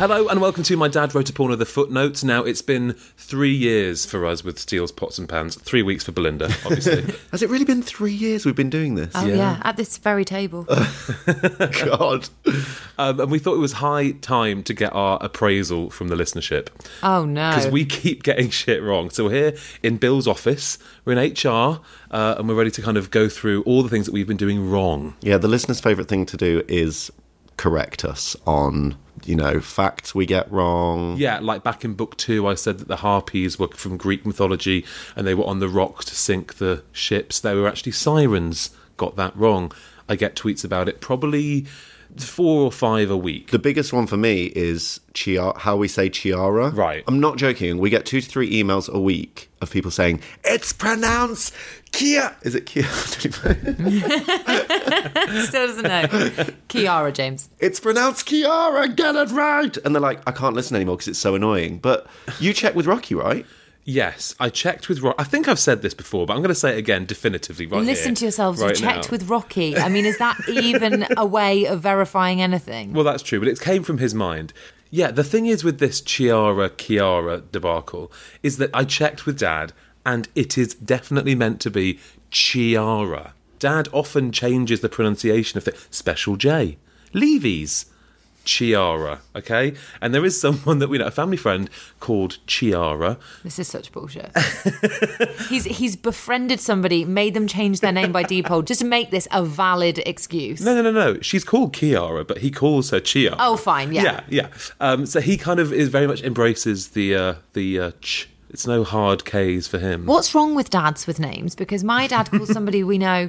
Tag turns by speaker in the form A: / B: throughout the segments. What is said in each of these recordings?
A: Hello and welcome to My Dad Wrote a Porno The Footnotes. Now, it's been three years for us with Steele's Pots and Pans, three weeks for Belinda, obviously.
B: Has it really been three years we've been doing this?
C: Oh yeah, at this very table.
B: God.
A: um, and we thought it was high time to get our appraisal from the listenership
C: oh no.
A: because we keep getting shit wrong. So, we're here in Bill's office, we're in HR, uh, and we're ready to kind of go through all the things that we've been doing wrong.
B: Yeah, the listener's favourite thing to do is correct us on, you know, facts we get wrong.
A: Yeah, like back in book two, I said that the harpies were from Greek mythology and they were on the rock to sink the ships. They were actually sirens. Got that wrong. I get tweets about it probably four or five a week.
B: The biggest one for me is Chia- how we say Chiara.
A: Right.
B: I'm not joking. We get two to three emails a week of people saying, it's pronounced Kia. Is it Kia? I don't even know.
C: Still doesn't know. Kiara James.
B: it's pronounced Kiara. Get it right. And they're like, I can't listen anymore because it's so annoying. But you check with Rocky, right?
A: yes, I checked with Rock. I think I've said this before, but I'm going to say it again definitively right
C: Listen
A: here,
C: to yourselves.
A: right
C: you checked
A: now.
C: with Rocky. I mean, is that even a way of verifying anything?
A: Well, that's true, but it came from his mind. Yeah, the thing is with this Chiara Chiara debacle is that I checked with Dad, and it is definitely meant to be Chiara. Dad often changes the pronunciation of the special J. Levy's Chiara, okay? And there is someone that we know, a family friend called Chiara.
C: This is such bullshit. he's he's befriended somebody, made them change their name by default just to make this a valid excuse.
A: No, no, no, no. She's called Chiara, but he calls her Chiara.
C: Oh, fine, yeah.
A: yeah, yeah. Um, so he kind of is very much embraces the uh, the uh, ch. It's no hard K's for him.
C: What's wrong with dads with names? Because my dad calls somebody we know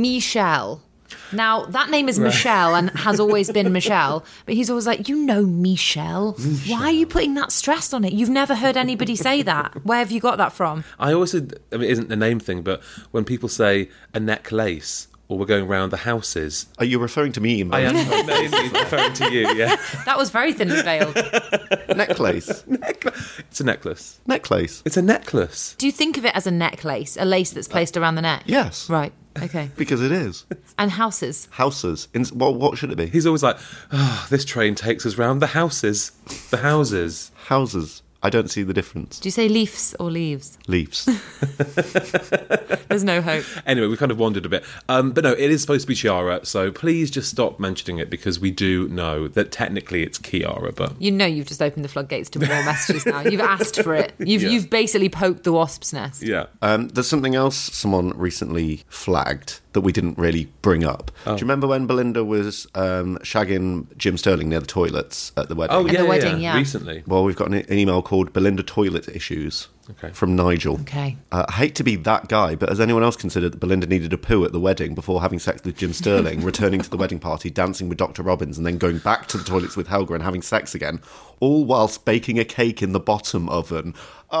C: Michelle. Now that name is Michelle and has always been Michelle, but he's always like, you know, Michelle. Why are you putting that stress on it? You've never heard anybody say that. Where have you got that from?
A: I also, I mean, it isn't the name thing, but when people say a necklace or we're going round the houses,
B: Are you referring to me,
A: I
B: man?
A: am mainly referring to you. Yeah,
C: That was very thinly veiled.
B: necklace.
A: it's a necklace.
B: necklace.
A: It's a necklace.
C: Do you think of it as a necklace, a lace that's placed around the neck?
B: Yes.
C: Right. Okay.
B: Because it is.
C: And houses.
B: Houses. In, well, what should it be?
A: He's always like, oh, this train takes us round the houses, the houses.
B: Houses. I don't see the difference.
C: Do you say leaves or leaves?
B: Leaves.
C: There's no hope.
A: Anyway, we kind of wandered a bit, um, but no, it is supposed to be Chiara. So please just stop mentioning it because we do know that technically it's Chiara, but
C: You know you've just opened the floodgates to more messages now. You've asked for it. You've you've basically poked the wasp's nest.
A: yeah.
B: um, there's something else someone recently flagged that we didn't really bring up.
A: Oh.
B: Do you remember when Belinda was um, shagging Jim Sterling near the toilets at the wedding?
A: Oh yeah,
C: the
A: yeah,
C: wedding, yeah.
A: Recently,
B: Well, we've got an, an email called Belinda Toilet Issues
A: Okay.
B: from Nigel.
C: Okay.
B: Uh, I hate to be that guy, but has anyone else considered that Belinda needed a poo at the wedding before having sex with Jim Sterling, returning to the wedding party, dancing with Dr. Robbins, and then going back to the toilets with Helga and having sex again, all whilst baking a cake in the bottom oven?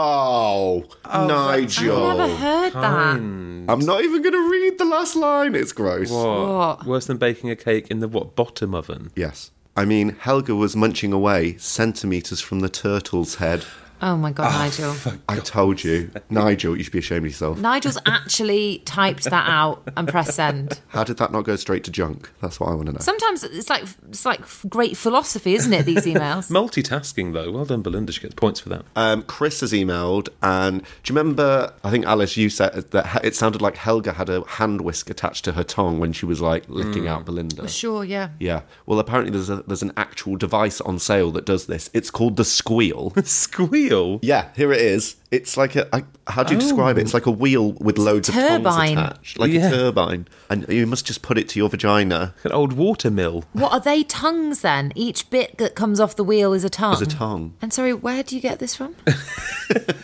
B: Oh, Nigel.
C: I've never heard that.
B: I'm not even going to read the last line. It's gross.
A: What? worse than baking a cake in the what bottom oven?
B: Yes. I mean, Helga was munching away centimetres from the turtle's head.
C: Oh my
B: Ah,
C: god, Nigel.
B: I told you, Nigel, you should be ashamed of yourself.
C: Nigel's actually typed that out and pressed send.
B: How did that not go straight to junk? That's what I want to know.
C: Sometimes it's like it's like great philosophy, isn't it? These emails.
A: Multitasking, though. Well done, Belinda. She gets points for that.
B: Um, Chris has emailed, and do you remember? I think Alice, you said that it sounded like Helga had a hand whisk attached to her tongue when she was like
C: Mm.
B: licking out Belinda.
C: sure, yeah.
B: Yeah. Well, apparently there's a, there's an actual device on sale that does this. It's called the squeal.
A: Squeal.
B: yeah, here it is. It's like a I, how do you describe it? It's like a wheel with loads of tongues
C: Oh. turbine.
B: attached, like
A: Yeah.
B: a turbine, and you must just put it to your vagina
A: An old water mill.
C: What are they tongues then? Each bit that comes off the wheel is a tongue.
B: as a tongue.
C: And sorry, where do you get this from?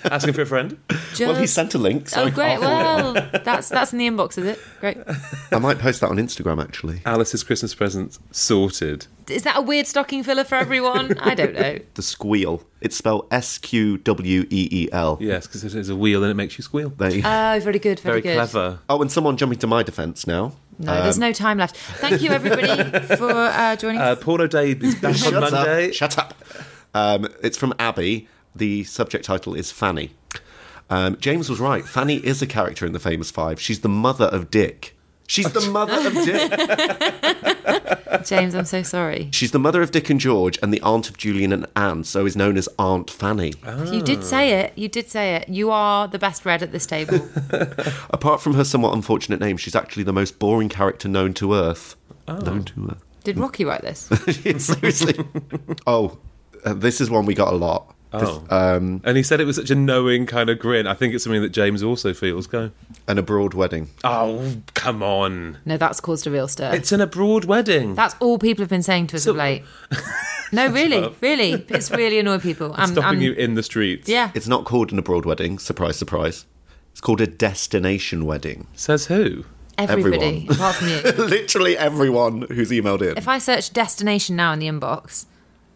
A: Asking for a friend.
B: Well, he
C: Just-
B: sent a link. So
C: Oh
B: I
C: great!
B: can't afford it.
C: Well, that's that's in the inbox, is it? Great.
B: I might post that on Instagram actually.
A: Alice's Christmas present sorted.
C: Is that a weird stocking filler for everyone? I don't know.
B: The squeal. It's spelled S Q W E E L.
A: Yes, because it is a wheel and it makes you squeal.
B: There you-
C: Oh, very good, very,
A: Very
C: good.
A: clever.
B: oh, and someone jumping to my defence now.
C: No, there's
B: Um,
C: no time left. Thank you, everybody, for uh, joining
A: Uh,
C: us.
A: Porno Day is back on Monday.
B: Up. Shut up. Um, it's from Abby. The subject title is Fanny. Um, James was right. Fanny is a character in the Famous Five. She's the mother of Dick. She's the mother of Dick. Uh,
C: James, I'm so sorry.
B: She's the mother of Dick and George and the aunt of Julian and Anne, so is known as Aunt Fanny.
A: Oh.
C: You did say it. You did say it. You are the best read at this table.
B: Apart from her somewhat unfortunate name, she's actually the most boring character known to Earth.
A: Oh.
B: Known to Earth.
C: Did Rocky write this?
B: Seriously. oh, uh, this is one we got a lot.
A: Oh. and he said it was such a knowing kind of grin. I think it's something that James also feels. Go.
B: An abroad wedding.
A: Oh, come on.
C: No, that's caused a real stir.
A: It's an abroad wedding.
C: that's all people have been saying to us of late. No, really, really, it's really annoyed people. I'm,
A: Stopping
C: I'm-
A: you in the streets.
C: um, Yeah,
B: It's not called an abroad wedding. Surprise, surprise. It's called a destination wedding.
A: Says who?
C: everybody
B: everyone.
C: apart from you.
B: Literally everyone who's emailed in.
C: If I search destination now in the inbox,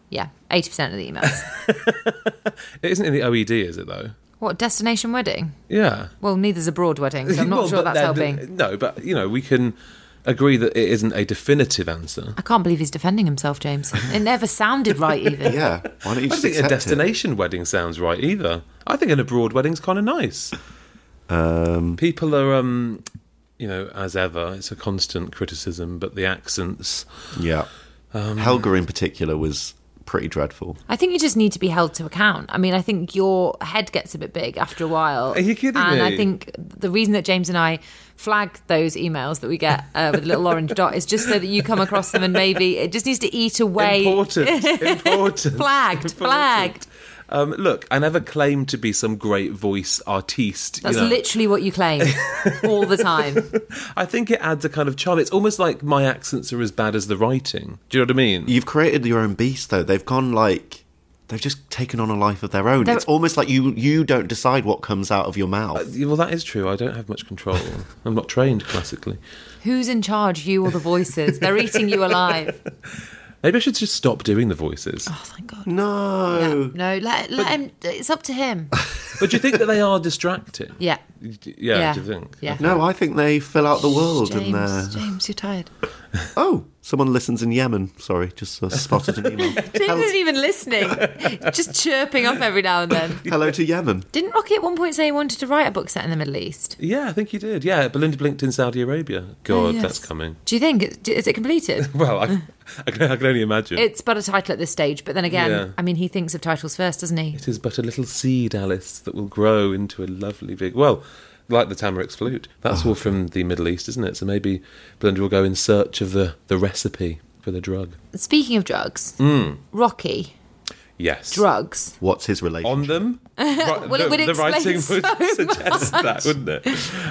C: yeah, eighty percent of the emails.
A: It isn't in the OED, is it, though?
C: What destination wedding?
A: Yeah.
C: Well, neither's a broad wedding, so I'm not
A: Well,
C: sure
A: but
C: that's
A: then-
C: helping.
A: No, but, you know, we can agree that it isn't a definitive answer.
C: I can't believe he's defending himself, James. It never sounded right, even.
B: yeah. Why don't you
A: I
B: just
A: don't think a
B: accept
A: destination wedding sounds right either. I think an abroad wedding's kind of nice. Um, People are, um, you know, as ever, it's a constant criticism, but the accents.
B: It? Yeah.
A: Um,
B: Helga in particular was pretty dreadful.
C: I think you just need to be held to account. I mean, I think your head gets a bit big after a while.
A: Are you kidding
C: and
A: me?
C: I think the reason that James and I flag those emails that we get uh, with a little orange dot is just so that you come across them and maybe it just needs to eat away.
A: Important, important.
C: Flagged,
A: important.
C: flagged.
A: Um, look, I never claim to be some great voice artiste.
C: That's
A: you know.
C: literally what you claim all the time.
A: I think it adds a kind of charm. It's almost like my accents are as bad as the writing. Do you know what I mean?
B: You've created your own beast though. They've gone like they've just taken on a life of their own.
C: They're-
B: It's almost like you you don't decide what comes out of your mouth.
A: Yeah, Well, that is true. I don't have much control. I'm not trained classically.
C: Who's in charge? You or the voices? They're eating you alive.
A: Maybe I should just stop doing the voices.
C: Oh, thank God.
A: Oh.
B: No.
C: No, let, let him. It's up to him.
A: But do you think that they are distracting?
C: Yeah.
A: Y- Yeah,
C: yeah.
A: do you think?
C: Yeah.
B: No, I think they fill out the world and uh, they're
C: James, James, you're tired.
B: Oh, someone listens in Yemen. Sorry, just uh, spotted an email.
C: James
B: Hel-
C: isn't even listening, just chirping up every now and then.
B: hello to Yemen.
C: Didn't Rocky at one point say he wanted to write a book set in the Middle East?
A: Yeah, I think you did. Yeah, Belinda blinked in Saudi Arabia. God,
C: Oh, yes.
A: that's coming.
C: Do you think it- is it completed?
A: Well, I, I, can, I can only imagine.
C: It's but a title at this stage, but then again,
A: Yeah.
C: I mean, he thinks of titles first, doesn't he?
A: it is but a little seed, Alice, that will grow into a lovely big. Well, like the tamarick's flute. That's
C: Oh.
A: all from the Middle East, isn't it? So maybe Belinda will go in search of the, the recipe for the drug.
C: Speaking of drugs, Rocky
A: Yes.
C: drugs.
B: What's his relationship?
A: on them. Right,
C: Well, it
A: the,
C: would
A: the
C: explain
A: writing
C: so
A: would suggest that, wouldn't it?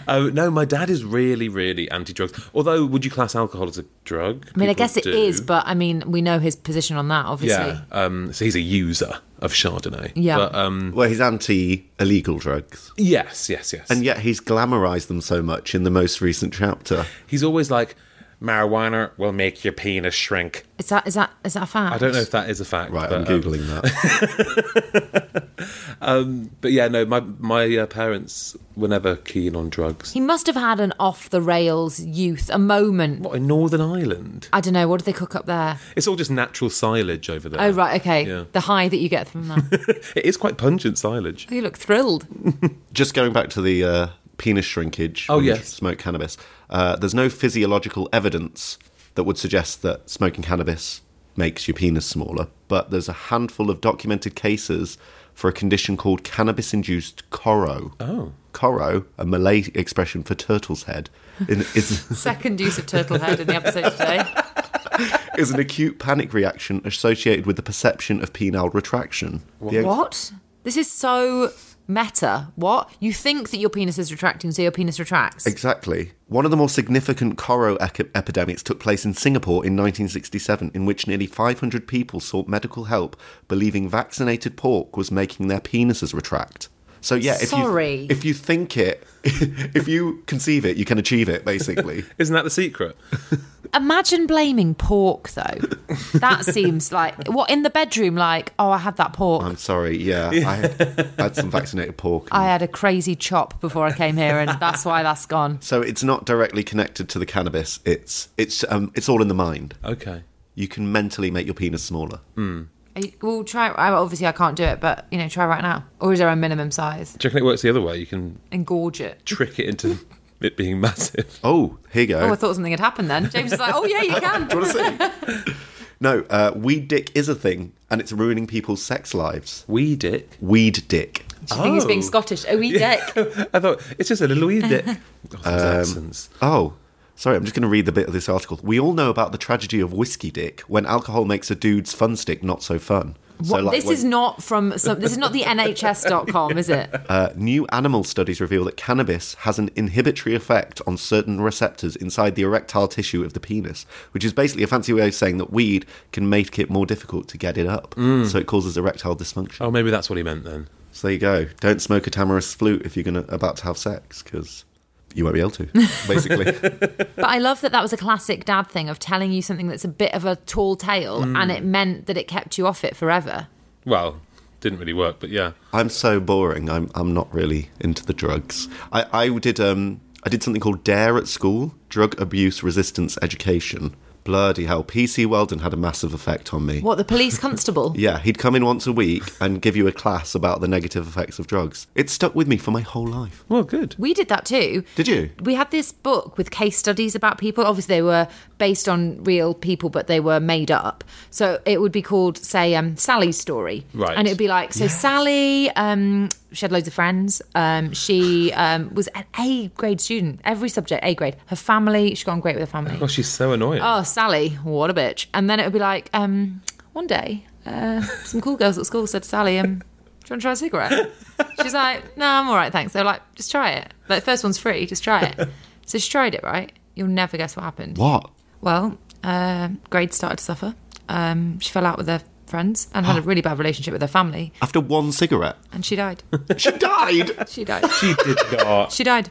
A: Um, no, my dad is really, really anti-drugs. Although, would you class alcohol as a drug?
C: I mean, I guess it is, but I mean, we know his position on that, obviously.
A: yeah. Um, so he's a user of Chardonnay.
C: Yeah.
A: But, um,
B: Well, he's anti illegal drugs.
A: yes, yes, yes.
B: And yet he's glamorized them so much in the most recent chapter.
A: he's always like, marijuana will make your penis shrink.
C: Is that is that is that a fact?
A: um, I don't know if that is a fact.
B: Right,
A: but,
B: I'm
A: um,
B: Googling that.
A: Um, but yeah, no, my my uh, parents were never keen on drugs.
C: He must have had an off the rails youth, a moment.
A: What in Northern Ireland?
C: I don't know. What do they cook up there?
A: It's all just natural silage over there.
C: Oh, right. Okay.
A: Yeah.
C: The high that you get from that.
A: It is quite pungent silage.
C: you look thrilled.
B: Just going back to the uh, penis shrinkage.
A: Oh,
B: when you
A: yes.
B: smoke cannabis. Uh, there's no physiological evidence that would suggest that smoking cannabis makes your penis smaller, but there's a handful of documented cases for a condition called cannabis-induced coro. Oh, coro, a Malay expression for turtle's head, in- is
C: Second use of turtle head in the episode today.
B: is an acute panic reaction associated with the perception of penile retraction. The ex-
C: What? This is so meta. What? You think that your penis is retracting, so your penis retracts.
B: Exactly. One of the more significant coro ec- epidemics took place in Singapore in 1967, in which nearly 500 people sought medical help, believing vaccinated pork was making their penises retract. So yeah, if
C: Sorry.
B: you if you think it, if you conceive it, you can achieve it. Basically,
A: Isn't that the secret?
C: Imagine blaming pork, though. That seems like what in the bedroom. Like, oh, I had that pork.
B: I'm sorry. Yeah, I had, I had some vaccinated pork.
C: I had a crazy chop before I came here, and that's why that's gone.
B: so it's not directly connected to the cannabis. It's it's um, it's all in the mind.
A: Okay.
B: You can mentally make your penis smaller.
C: Are you- Well, try. I- Obviously, I can't do it, but you know, try right now. Or is there a minimum size?
A: Do you reckon it works the other way? You can
C: And gorge it.
A: trick it into it being massive.
B: Oh, here you go.
C: Oh, I thought something had happened then. James is like, oh yeah, you can.
B: Do you want to see? no, uh, weed dick is a thing, and it's ruining people's sex lives.
A: Wee dick.
B: Weed dick.
C: Do you think he's being Scottish? Oh, we dick.
A: I thought it's just a little wee dick. Oh, those accents.
B: Oh, sorry, I'm just going to read the bit of this article. We all know about the tragedy of whiskey dick when alcohol makes a dude's fun stick not so fun. So,
C: What-
B: like,
C: this
B: when-
C: is not from some, this is not the NHS.com, is it?
B: uh, new animal studies reveal that cannabis has an inhibitory effect on certain receptors inside the erectile tissue of the penis, which is basically a fancy way of saying that weed can make it more difficult to get it up.
C: Mm.
B: So it causes erectile dysfunction.
A: Oh, maybe that's what he meant then.
B: So there you go. Don't smoke a tamarisk flute if you're gonna about to have sex because you won't be able to. Basically,
C: But I love that that was a classic dad thing of telling you something that's a bit of a tall tale,
B: Mm.
C: and it meant that it kept you off it forever.
A: Well, didn't really work, but yeah.
B: I'm so boring. I'm I'm not really into the drugs. I I did um I did something called Dare at school, drug abuse resistance education. Bloody hell, PC Weldon had a massive effect on me.
C: What the police constable?
B: Yeah, he'd come in once a week and give you a class about the negative effects of drugs. It stuck with me for my whole life.
A: Well, good.
C: We did that too.
B: Did you?
C: We had this book with case studies about people. Obviously, they were based on real people, but they were made up. So it would be called, say, um, Sally's story.
A: Right.
C: And it would be like, so Sally, um, she had loads of friends. Um, she um, was an A grade student, every subject, A grade. Her family, she got on great with her family.
A: Oh, she's so annoying.
C: oh sally what a bitch and then it would be like um one day uh, some cool girls at school said to sally um do you want to try a cigarette she's like no i'm all right thanks they're like just try it like first one's free just try it so she tried it right you'll never guess what happened
B: What?
C: well uh, grades started to suffer um, she fell out with her friends and had a really bad relationship with her family
B: After one cigarette,
C: and she died
B: she died.
C: she died
A: She did not.
C: she died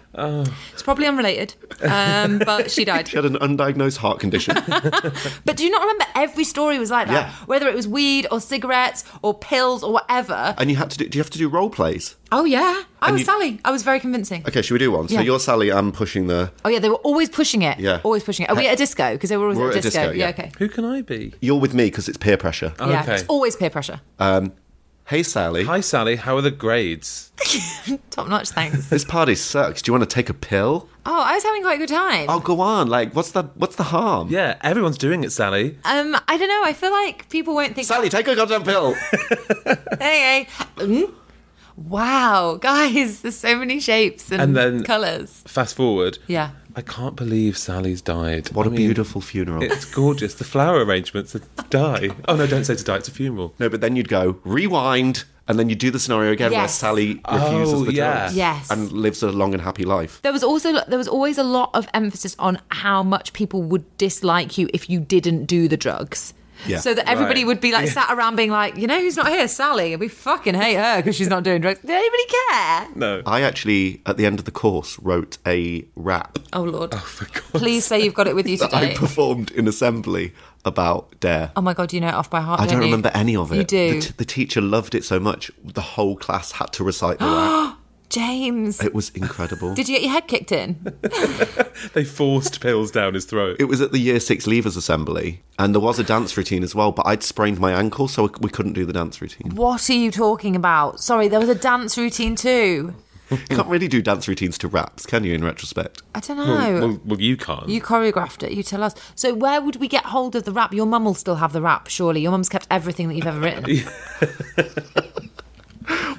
C: it's probably unrelated um, but she died
B: she had an undiagnosed heart condition.
C: But do you not remember every story was like that?
B: Yeah.
C: Whether it was weed or cigarettes or pills or whatever.
B: and you had to do. Do you have to do role plays?
C: Oh yeah, I
B: And
C: was
B: you-
C: Sally. I was very convincing.
B: Okay, should we do one? So
C: Yeah.
B: you're Sally, I'm pushing the.
C: Oh yeah, they were always pushing it.
B: Yeah.
C: always pushing it. Are we at a disco? Because they were always
B: We're
C: at a disco. yeah. okay.
A: Who can I be?
B: You're with me because it's peer pressure.
C: Yeah,
A: Okay.
C: it's always peer pressure.
B: Hey, Sally.
A: Hi, Sally. How are the grades?
C: Top notch, thanks.
B: This party sucks. Do you want to take a pill?
C: oh, I was having quite a good time.
B: Oh, go on. Like, what's the what's the harm?
A: Yeah, everyone's doing it, Sally.
C: Um, I don't know. I feel like people won't think.
B: Sally, take a goddamn pill.
C: Hey, hey. Mm. Wow, guys, there's so many shapes and,
A: And then-
C: colors.
A: Fast forward.
C: Yeah.
A: I can't believe Sally's died.
B: what
A: a
B: a beautiful funeral.
A: It's gorgeous. The flower arrangements are to die. Oh no, don't say to die. It's a funeral.
B: no, but then you'd go rewind, and then you do the scenario again where
C: Yes.
B: Sally refuses
A: Oh,
B: the
A: yeah.
B: drugs
C: Yes.
B: and lives a long and happy life.
C: There was also there was always a lot of emphasis on how much people would dislike you if you didn't do the drugs.
B: Yeah.
C: So that everybody
A: Right.
C: would be like sat around being like, you know who's not here? Sally. We fucking hate her because she's not doing drugs. Did anybody care?
A: No.
B: I actually, at the end of the course, wrote a rap
C: Oh lord.
A: for God's
C: Please say you've got it with you
B: that I
C: today.
B: performed in assembly about Dare.
C: Oh my god, you know it off by heart.
B: I don't
C: you?
B: remember any of it.
C: You do,
B: The, t- the teacher loved it so much, the whole class had to recite the rap.
C: James.
B: It was incredible.
C: Did you get your head kicked in?
A: They forced pills down his throat.
B: It was at the Year Six Leavers Assembly, and there was a dance routine as well. But I'd sprained my ankle, so we couldn't do the dance routine.
C: what are you talking about? Sorry, there was a dance routine too.
B: You can't really do dance routines to raps, can you? In retrospect,
C: I don't know.
A: Well, well, well, you can't.
C: You choreographed it. You tell us. So where would we get hold of the rap? Your mum will still have the rap, surely. Your mum's kept everything that you've ever written.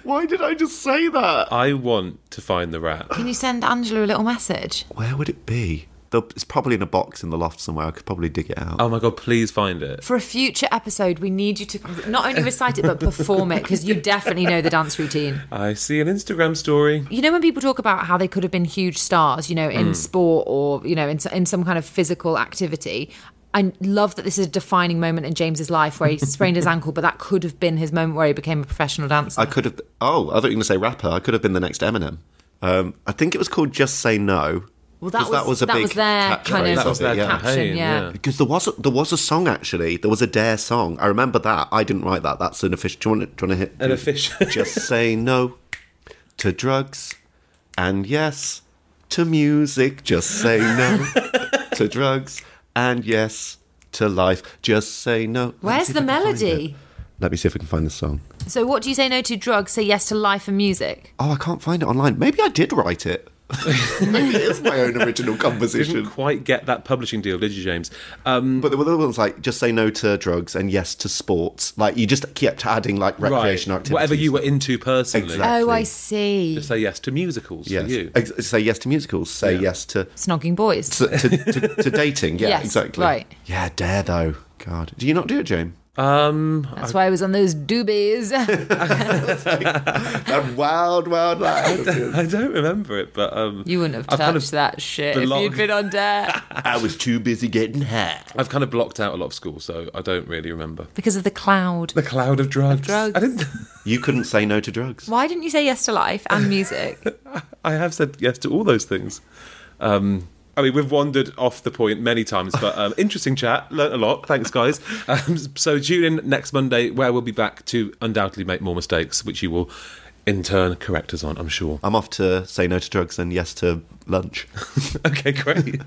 B: why did I just say that?
A: I want to find the rat.
C: Can you send Angela a little message?
B: Where would it be? There'll- It's probably in a box in the loft somewhere. I could probably dig it out.
A: Oh my god, please find it.
C: For a future episode, we need you to not only recite it but perform it because you definitely know the dance routine.
A: I see an Instagram story.
C: You know when people talk about how they could have been huge stars, you know, in sport or you know in in some kind of physical activity. I love that this is a defining moment in James's life where he sprained his ankle, but that could have been his moment where he became a professional dancer.
B: I could have. Oh, I thought you were going to say rapper. I could have been the next Eminem. Um, I think it was called "Just Say No."
C: Well, that
B: 'cause
C: was, that was their
B: catchphrase
C: kind of
A: That was their
B: it, yeah.
A: campaign,
C: caption, yeah.
A: yeah.
B: Because there was a, there was a song actually. There was a Dare song. I remember that. I didn't write that. That's an official. Do you want to, do you want to hit
A: An official-
B: Just say no to drugs, and yes to music. Just say no to drugs, and yes to life. Just say no. Let me
C: Where's
B: see if
C: the
B: I can find
C: melody?
B: it. Let me see if I can find the song.
C: So, what do you say no to drugs? Say yes to life and music.
B: Oh, I can't find it online. Maybe I did write it. Maybe it is my own original
A: Didn't
B: composition.
A: quite get that publishing deal, did you, James? Um,
B: But there were other ones like just say no to drugs and yes to sports. Like you just kept adding like
A: right,
B: recreation activities.
A: whatever you were into personally.
B: Exactly.
C: Oh, I see.
A: Just say yes to musicals
B: Yes.
A: for you.
B: Ex- say yes to musicals. Say yes to
C: Snogging boys.
B: to, to, to, to dating. Yeah,
C: Yes,
B: exactly.
C: right.
B: Yeah, dare though. God, do you not do it, Jane?
C: That's why I was on those doobies.
B: That wild, wild life.
A: I don't remember it, but um,
C: you wouldn't have
A: I've
C: touched
A: kind of
C: that shit if
A: belonged-
C: you'd been on dare
B: I was too busy getting high.
A: I've kind of blocked out a lot of school, so I don't really remember.
C: because of the cloud.
A: The cloud of drugs.
C: drugs.
A: I didn't.
B: You couldn't say no to drugs.
C: Why didn't you say yes to life and music?
A: I have said yes to all those things. Um, I mean, we've wandered off the point many times, but um, interesting chat. Learned a lot. Thanks, guys. Um, so tune in next Monday, where we'll be back to undoubtedly make more mistakes, which you will in turn correct us on, I'm sure.
B: I'm off to say no to drugs and yes to lunch.
A: okay, great.